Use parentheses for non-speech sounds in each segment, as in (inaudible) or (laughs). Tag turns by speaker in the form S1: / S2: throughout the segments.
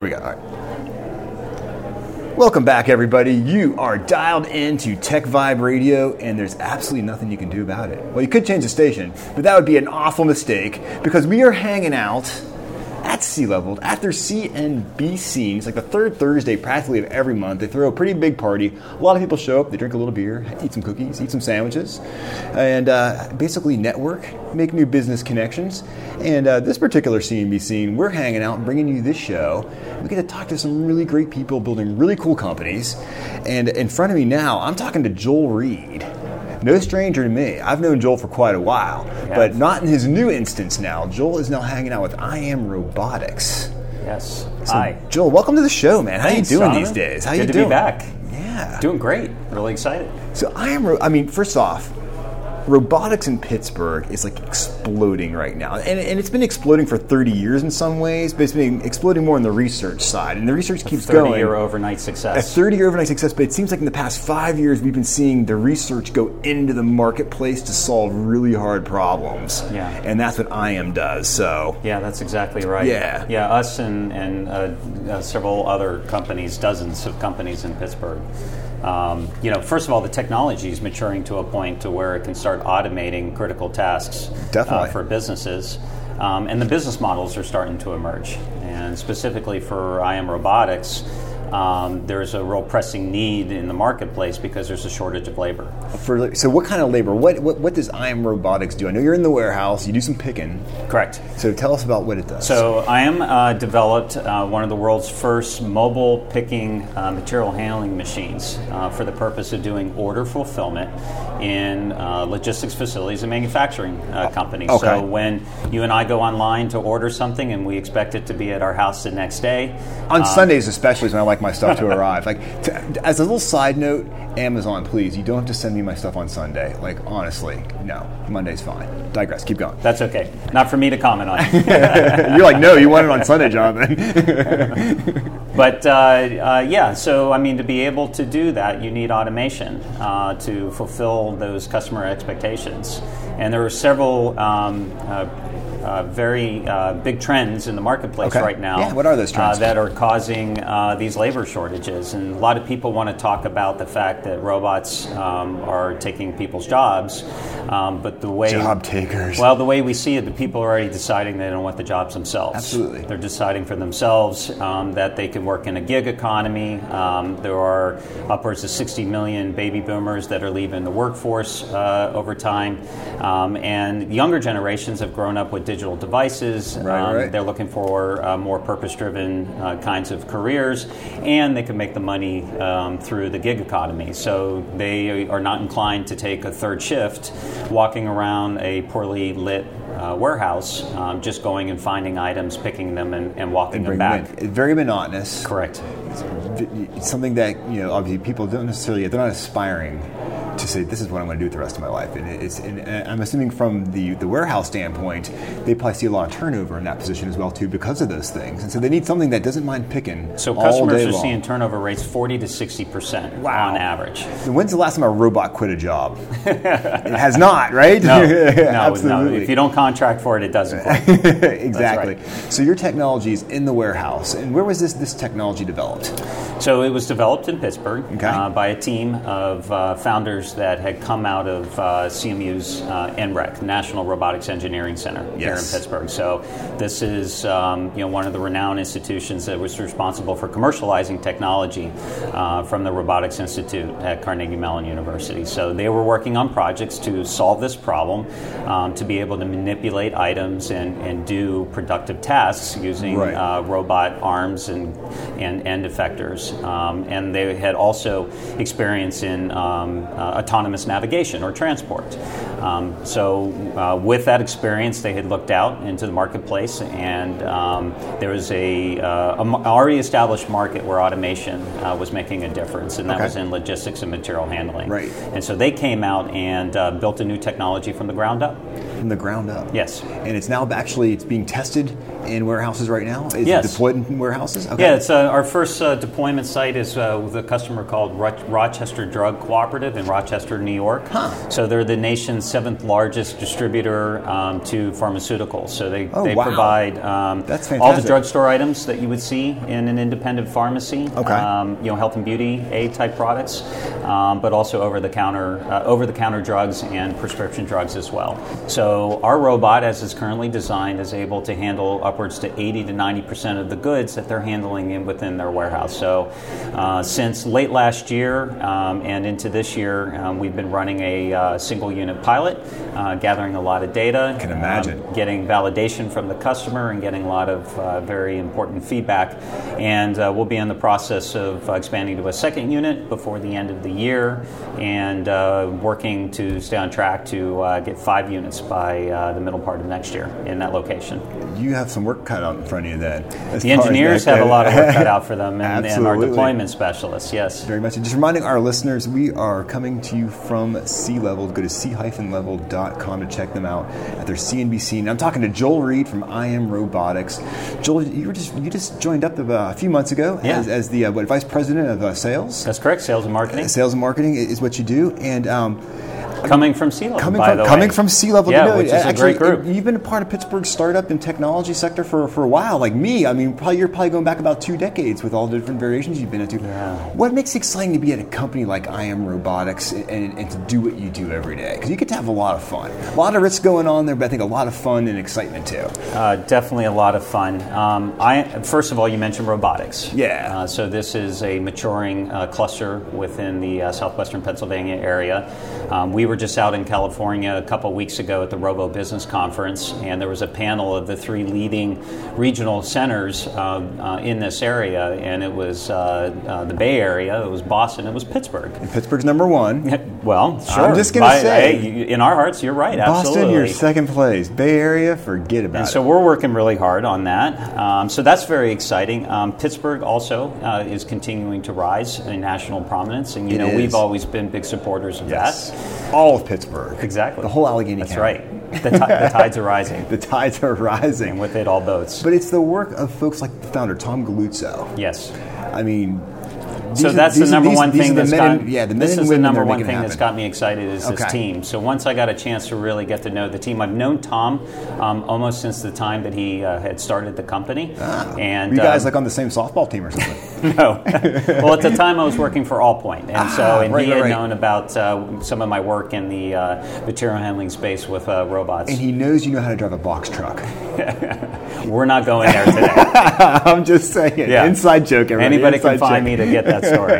S1: Here we go. All right. Welcome back, everybody. You are dialed into Tech Vibe Radio, and there's absolutely nothing you can do about it. Well, you could change the station, but that would be an awful mistake because we are hanging out at sea level at their CNB scene. It's like the third Thursday practically of every month. They throw a pretty big party. A lot of people show up, they drink a little beer, eat some cookies, eat some sandwiches, and uh, basically network, make new business connections. And uh, this particular CNB scene, we're hanging out, bringing you this show. We get to talk to some really great people building really cool companies. And in front of me now, I'm talking to Joel Reed. No stranger to me. I've known Joel for quite a while, but not in his new instance now. Joel is now hanging out with I Am Robotics.
S2: Yes.
S1: So,
S2: Hi.
S1: Joel, welcome to the show, man. How
S2: Thanks,
S1: you doing
S2: Donovan.
S1: these days? How
S2: Good
S1: you
S2: to
S1: doing?
S2: be back.
S1: Yeah.
S2: Doing great. Really excited.
S1: So I am. Ro- I mean, first off, robotics in Pittsburgh is like exploding right now, and, and it's been exploding for 30 years in some ways, but it's been exploding more on the research side, and the research keeps going.
S2: Thirty-year overnight
S1: a
S2: success.
S1: 30 year overnight success, but it seems like in the past five years we've been seeing the research go into the marketplace to solve really hard problems.
S2: Yeah.
S1: And that's what IAM does. So
S2: yeah, that's exactly right.
S1: Yeah.
S2: Yeah, us and, and uh, uh, several other companies, dozens of companies in Pittsburgh. Um, you know, first of all, the technology is maturing to a point to where it can start automating critical tasks uh,
S1: Definitely.
S2: for businesses. Um, and the business models are starting to emerge. And specifically for IM Robotics, um, there's a real pressing need in the marketplace because there's a shortage of labor.
S1: for so what kind of labor? What what, what does IAM Robotics do? I know you're in the warehouse. You do some picking.
S2: Correct.
S1: So tell us about what it does.
S2: So I am uh, developed uh, one of the world's first mobile picking uh, material handling machines uh, for the purpose of doing order fulfillment in uh, logistics facilities and manufacturing uh, companies.
S1: okay.
S2: So when you and I go online to order something and we expect it to be at our house the next day,
S1: on Sundays, especially, is when I like my stuff to arrive. Like, t- as a little side note, Amazon, please, you don't have to send me my stuff on Sunday. Like, honestly, no, Monday's fine. Digress.
S2: (laughs)
S1: Keep going.
S2: that's okay. Not for me to comment on.
S1: You're like, no, you want it on Sunday, Jonathan.
S2: But uh, uh, yeah, so I mean, to be able to do that, you need automation uh, to fulfill those customer expectations. And there are several um, uh, uh, very uh, big trends in the marketplace
S1: Okay.
S2: right now.
S1: Yeah, what are those trends?
S2: Uh, that are causing uh, these labor shortages. And a lot of people want to talk about the fact that robots um, are taking people's jobs, um, but the way
S1: Job takers.
S2: Well, the way we see it, the people are already deciding they don't want the jobs themselves.
S1: Absolutely.
S2: They're deciding for themselves um, that they can work in a gig economy. Um, there are upwards of 60 million baby boomers that are leaving the workforce uh, over time. Um, and younger generations have grown up with digital devices. Um,
S1: Right, right.
S2: They're looking for uh, more purpose driven uh, kinds of careers, and they can make the money um, through the gig economy. So they are not inclined to take a third shift walking around a poorly lit uh, warehouse, um, just going and finding items, picking them, and, and walking them
S1: (laughs) Bring them
S2: back.
S1: in. Very monotonous.
S2: Correct.
S1: It's something that you know obviously people don't necessarily they're not aspiring to say this is what I'm going to do with the rest of my life. And it's and I'm assuming from the the warehouse standpoint, they probably see a lot of turnover in that position as well too because of those things. And so they need something that doesn't mind picking
S2: So
S1: all
S2: customers
S1: day
S2: are
S1: long.
S2: seeing turnover rates 40 to 60%
S1: Wow.
S2: on average.
S1: (laughs) When's the last time a robot quit a job? it has not, right?
S2: No,
S1: (laughs)
S2: no, no.
S1: absolutely.
S2: If you don't contract for it, it doesn't. Work.
S1: (laughs) exactly. So your technology is in the warehouse, and where was this this technology developed?
S2: So it was developed in Pittsburgh
S1: Okay.
S2: uh, by a team of uh, founders that had come out of uh, CMU's uh, NREC, National Robotics Engineering Center here in
S1: Yes.
S2: Pittsburgh. So this is um, you know one of the renowned institutions that was responsible for commercializing technology uh, from the Robotics Institute at Carnegie Mellon University. So they were working on projects to solve this problem, um, to be able to manipulate items and, and do productive tasks using
S1: Right.
S2: uh, uh, robot arms and and end effectors, um, and they had also experience in um, uh, autonomous navigation or transport. Um, so, uh, with that experience, they had looked out into the marketplace, and um, there was a, uh, a m- already established market where automation uh, was making a difference, and that
S1: Okay.
S2: was in logistics and material handling.
S1: Right.
S2: And so they came out and uh, built a new technology from the ground up.
S1: from the ground up.
S2: Yes.
S1: And it's now actually it's being tested in warehouses right now. Is
S2: Yes.
S1: it deployed in warehouses? Okay.
S2: Yeah, it's, uh, our first uh, deployment site is uh, with a customer called Ro- Rochester Drug Cooperative in Rochester, New York. So they're the nation's seventh largest distributor um, to pharmaceuticals. So they,
S1: Oh,
S2: they
S1: wow.
S2: provide um,
S1: That's
S2: all the
S1: fantastic.
S2: drugstore items that you would see in an independent pharmacy.
S1: Okay.
S2: Um, you know, health and beauty aid type products, um, but also over the counter uh, over the counter drugs and prescription drugs as well. So our robot, as it's currently designed, is able to handle upwards to 80 to 90 percent of the goods that they're handling in within their warehouse. So uh, since late last year um, and into this year, um, we've been running a uh, single unit pilot, uh, gathering a lot of data.
S1: Can imagine.
S2: Um, getting validation from the customer and getting a lot of uh, very important feedback. And uh, we'll be in the process of uh, expanding to a second unit before the end of the year and uh, working to stay on track to uh, get five units by uh, the middle part of next year in that location.
S1: You have some work cut out in front of you then. as
S2: The
S1: far as
S2: engineers
S1: that
S2: have a
S1: goes.
S2: lot of work cut out for
S1: (laughs)
S2: them and, and our
S1: Absolutely.
S2: deployment specialists, yes.
S1: Very much. And just reminding our listeners, we are coming to you from Sea Level. Go to sea-level.com to check them out at their CNBC. And I'm talking to Joel Reed from I Am Robotics. Joel, you were just you just joined up about a few months ago
S2: Yeah.
S1: as, as the uh, what, vice president of uh, sales.
S2: That's correct, sales and marketing.
S1: Sales and marketing i- is what you do, and um,
S2: Coming from sea level,
S1: coming
S2: by
S1: from
S2: the way.
S1: coming from sea level,
S2: yeah,
S1: you know,
S2: which is
S1: actually,
S2: a great group.
S1: You've been a part of Pittsburgh's startup and technology sector for, for a while, like me. I mean, probably you're probably going back about two decades with all the different variations you've been into. What makes it exciting to be at a company like I Am Robotics and, and, and to do what you do every day? Because you get to have a lot of fun, a lot of risks going on there, but I think a lot of fun and excitement too.
S2: Uh, definitely a lot of fun. Um, I, first of all, you mentioned robotics.
S1: Yeah.
S2: Uh, so this is a maturing uh, cluster within the uh, southwestern Pennsylvania area. Um, we were just out in California a couple weeks ago at the Robo Business Conference, and there was a panel of the three leading regional centers uh, uh, in this area, and it was uh, uh, the Bay Area, it was Boston, it was Pittsburgh. (laughs)
S1: And Pittsburgh's number one.
S2: Well, sure.
S1: just gonna
S2: By-
S1: say-
S2: hey, you- in our hearts, you're right.
S1: Boston,
S2: absolutely.
S1: you're second place. Bay Area, forget about
S2: And
S1: it.
S2: so we're working really hard on that. Um, so that's very exciting. Um, Pittsburgh also uh, is continuing to rise in national prominence, and you
S1: It
S2: know
S1: is.
S2: we've always been big supporters of that.
S1: Yes. All of Pittsburgh.
S2: Exactly,
S1: The whole Allegheny
S2: That's
S1: County.
S2: right. The, ti- the tides are
S1: (laughs)
S2: rising,
S1: The tides are rising.
S2: and with it, all boats.
S1: But it's the work of folks like the founder, Tom Galuzzo.
S2: yes.
S1: I mean, these
S2: So
S1: are-
S2: that's
S1: these
S2: the
S1: are
S2: number
S1: these-
S2: one
S1: these
S2: thing
S1: are the
S2: that's
S1: men
S2: got.
S1: and- yeah, the men
S2: this
S1: and
S2: is the
S1: women that
S2: number
S1: are
S2: one
S1: making it
S2: thing that's
S1: happen.
S2: got me excited is this
S1: Okay.
S2: team. So once I got a chance to really get to know the team, I've known Tom um, almost since the time that he uh, had started the company. and
S1: Ah. you guys
S2: um,
S1: like on the same softball team
S2: (laughs)
S1: or something.
S2: No. well, at the time I was working for Allpoint, and so and
S1: Ah, right,
S2: he
S1: right,
S2: had
S1: right.
S2: known about uh, some of my work in the uh, material handling space with uh, robots.
S1: and he knows you know how to drive a box
S2: (laughs)
S1: truck.
S2: We're not going there today.
S1: I'm just (laughs) saying,
S2: Yeah.
S1: inside joke. Everybody.
S2: Anybody can
S1: inside
S2: find me
S1: joke.
S2: to get that
S1: (laughs)
S2: story.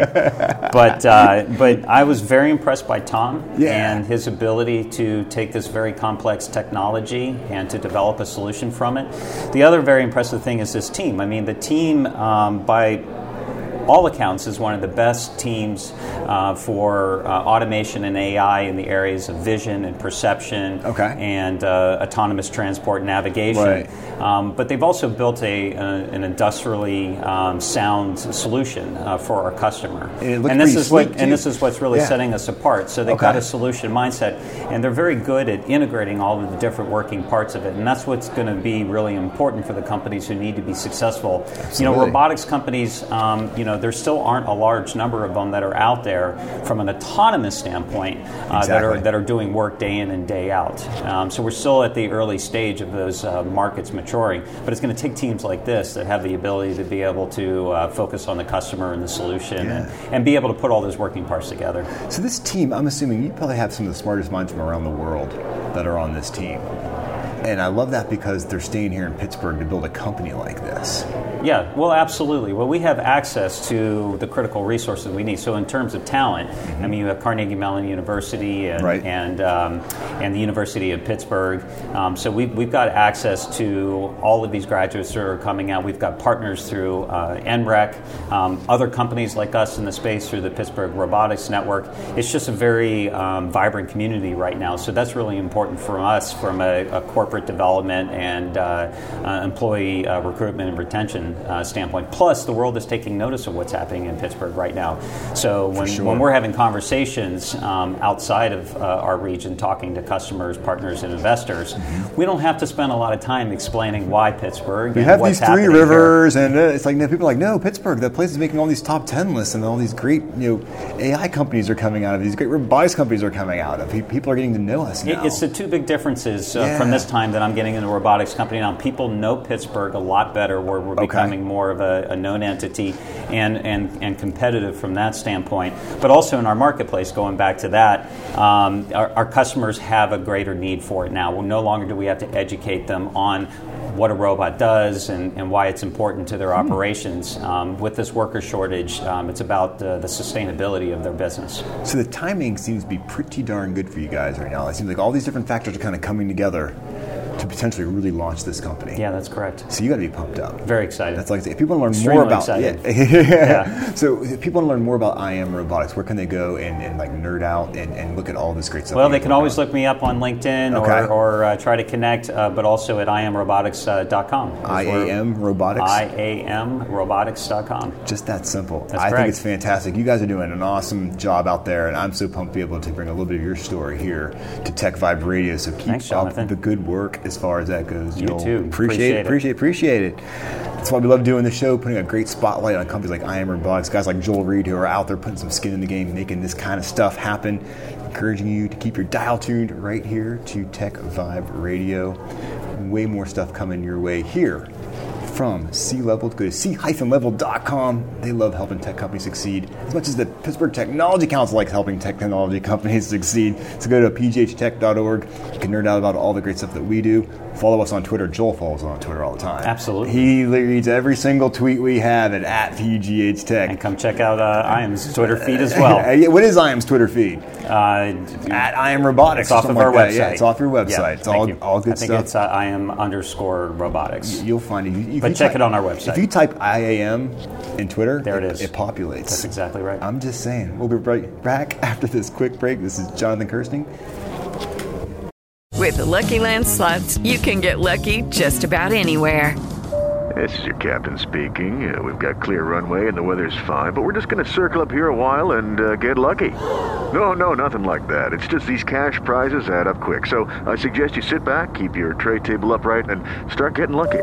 S2: but uh, but I was very impressed by Tom
S1: Yeah.
S2: and his ability to take this very complex technology and to develop a solution from it. The other very impressive thing is this team. I mean, the team um, by all accounts is one of the best teams uh, for uh, automation and AI in the areas of vision and perception
S1: Okay.
S2: and uh, autonomous transport and navigation.
S1: Right.
S2: Um, but they've also built a, uh, an industrially um, sound solution uh, for our customer.
S1: And it looked
S2: this
S1: pretty
S2: is what,
S1: sleek, too.
S2: and this is what's really
S1: Yeah.
S2: setting us apart. So they've
S1: Okay.
S2: got a solution mindset, and they're very good at integrating all of the different working parts of it. And that's what's going to be really important for the companies who need to be successful. You know,
S1: Absolutely.
S2: robotics companies, um, you know, there still aren't a large number of them that are out there from an autonomous standpoint uh, that
S1: Exactly.
S2: are that are doing work day in and day out. Um, so we're still at the early stage of those uh, markets maturing, but it's going to take teams like this that have the ability to be able to uh, focus on the customer and the solution, and, and be able to put all those working parts together.
S1: So this team, I'm assuming you probably have some of the smartest minds from around the world that are on this team. And I love that because they're staying here in Pittsburgh to build a company like this.
S2: Yeah, well, absolutely. Well, we have access to the critical resources we need. So, in terms of talent, I mean, you have Carnegie Mellon University and
S1: Right.
S2: and, um, and the University of Pittsburgh. Um, so, we've, we've got access to all of these graduates that are coming out. We've got partners through uh, NREC, um, other companies like us in the space through the Pittsburgh Robotics Network. It's just a very um, vibrant community right now. So, that's really important for us from a, a corporate development and uh, uh, employee uh, recruitment and retention uh, standpoint. Plus, the world is taking notice of what's happening in Pittsburgh right now. So when, when we're having conversations um, outside of uh, our region, talking to customers, partners, and investors, we don't have to spend a lot of time explaining why Pittsburgh.
S1: Mm-hmm. We
S2: and
S1: have
S2: what's
S1: these three
S2: happening here.
S1: rivers, and uh, it's like no, people are like, no, Pittsburgh, that place is making all these top ten lists, and all these great you know AI companies are coming out of these great robotics companies are coming out of. Pe- People are getting to know us now.
S2: It- It's the two big differences uh,
S1: Yeah.
S2: from this time that I'm getting in the robotics company now. People know Pittsburgh a lot better, where we're becoming more of a, a known entity and, and, and competitive from that standpoint. But also in our marketplace, going back to that, um, our, our customers have a greater need for it now. Well, no longer do we have to educate them on what a robot does and, and why it's important to their
S1: Hmm.
S2: operations. Um, with this worker shortage, um, it's about uh, the sustainability of their business.
S1: so the timing seems to be pretty darn good for you guys right now. It seems like all these different factors are kind of coming together to potentially really launch this company.
S2: Yeah, that's correct.
S1: So you got to be pumped up.
S2: Very excited.
S1: That's like if people want to learn
S2: Extremely
S1: more about
S2: excited.
S1: (laughs) yeah. So if people want to learn more about I am robotics, where can they go and, and like nerd out and, and look at all this great stuff?
S2: Well,
S1: that
S2: they
S1: you
S2: can
S1: work
S2: always
S1: on?
S2: look me up on LinkedIn
S1: Okay.
S2: or, or uh, try to connect, uh, but also at uh, iamrobotics.com.
S1: I am robotics.
S2: iamrobotics.com.
S1: Just that simple.
S2: That's
S1: I think
S2: correct.
S1: it's fantastic. You guys are doing an awesome job out there, and I'm so pumped to be able to bring a little bit of your story here to Tech Vibe Radio. So keep
S2: Thanks,
S1: up
S2: Jonathan.
S1: the good work as far as that goes.
S2: You
S1: Joel.
S2: too.
S1: Appreciate,
S2: Appreciate
S1: appreciate, appreciate it. That's why we love doing the show, putting a great spotlight on companies like I Am Robotics, guys like Joel Reed who are out there putting some skin in the game, making this kind of stuff happen. Encouraging you to keep your dial tuned right here to Tech Vibe Radio. Way more stuff coming your way here from C Level. Go to c-level.com. They love helping tech companies succeed as much as the Pittsburgh Technology Council likes helping technology companies (laughs) succeed. So go to pghtech.org. You can nerd out about all the great stuff that we do. Follow us on Twitter. Joel follows us on Twitter all the time.
S2: Absolutely.
S1: He reads every single tweet we have at, at PGH
S2: And
S1: Tech.
S2: come check out uh, IAM's Twitter feed as
S1: (laughs)
S2: well.
S1: what is IAM's Twitter feed?
S2: Uh,
S1: At IAM Robotics.
S2: it's off
S1: or
S2: of
S1: something
S2: our
S1: like
S2: website.
S1: that. Yeah, it's off your website.
S2: Yeah,
S1: it's
S2: thank
S1: all,
S2: you.
S1: all good
S2: I think
S1: stuff.
S2: it's uh, IAM underscore robotics.
S1: You'll find it. You- you-
S2: But
S1: if you
S2: check
S1: type-
S2: it on our website.
S1: If you type IAM in Twitter,
S2: There it is.
S1: It populates.
S2: That's exactly right.
S1: I'm just saying. We'll be right back (laughs) after this quick break. This is Jonathan Kirsting.
S3: With Lucky Land slots, you can get lucky just about anywhere.
S4: This is your captain speaking. Uh, we've got clear runway and the weather's fine, but we're just going to circle up here a while and uh, get lucky. No, no, nothing like that. It's just these cash prizes add up quick. So I suggest you sit back, keep your tray table upright, and start getting lucky.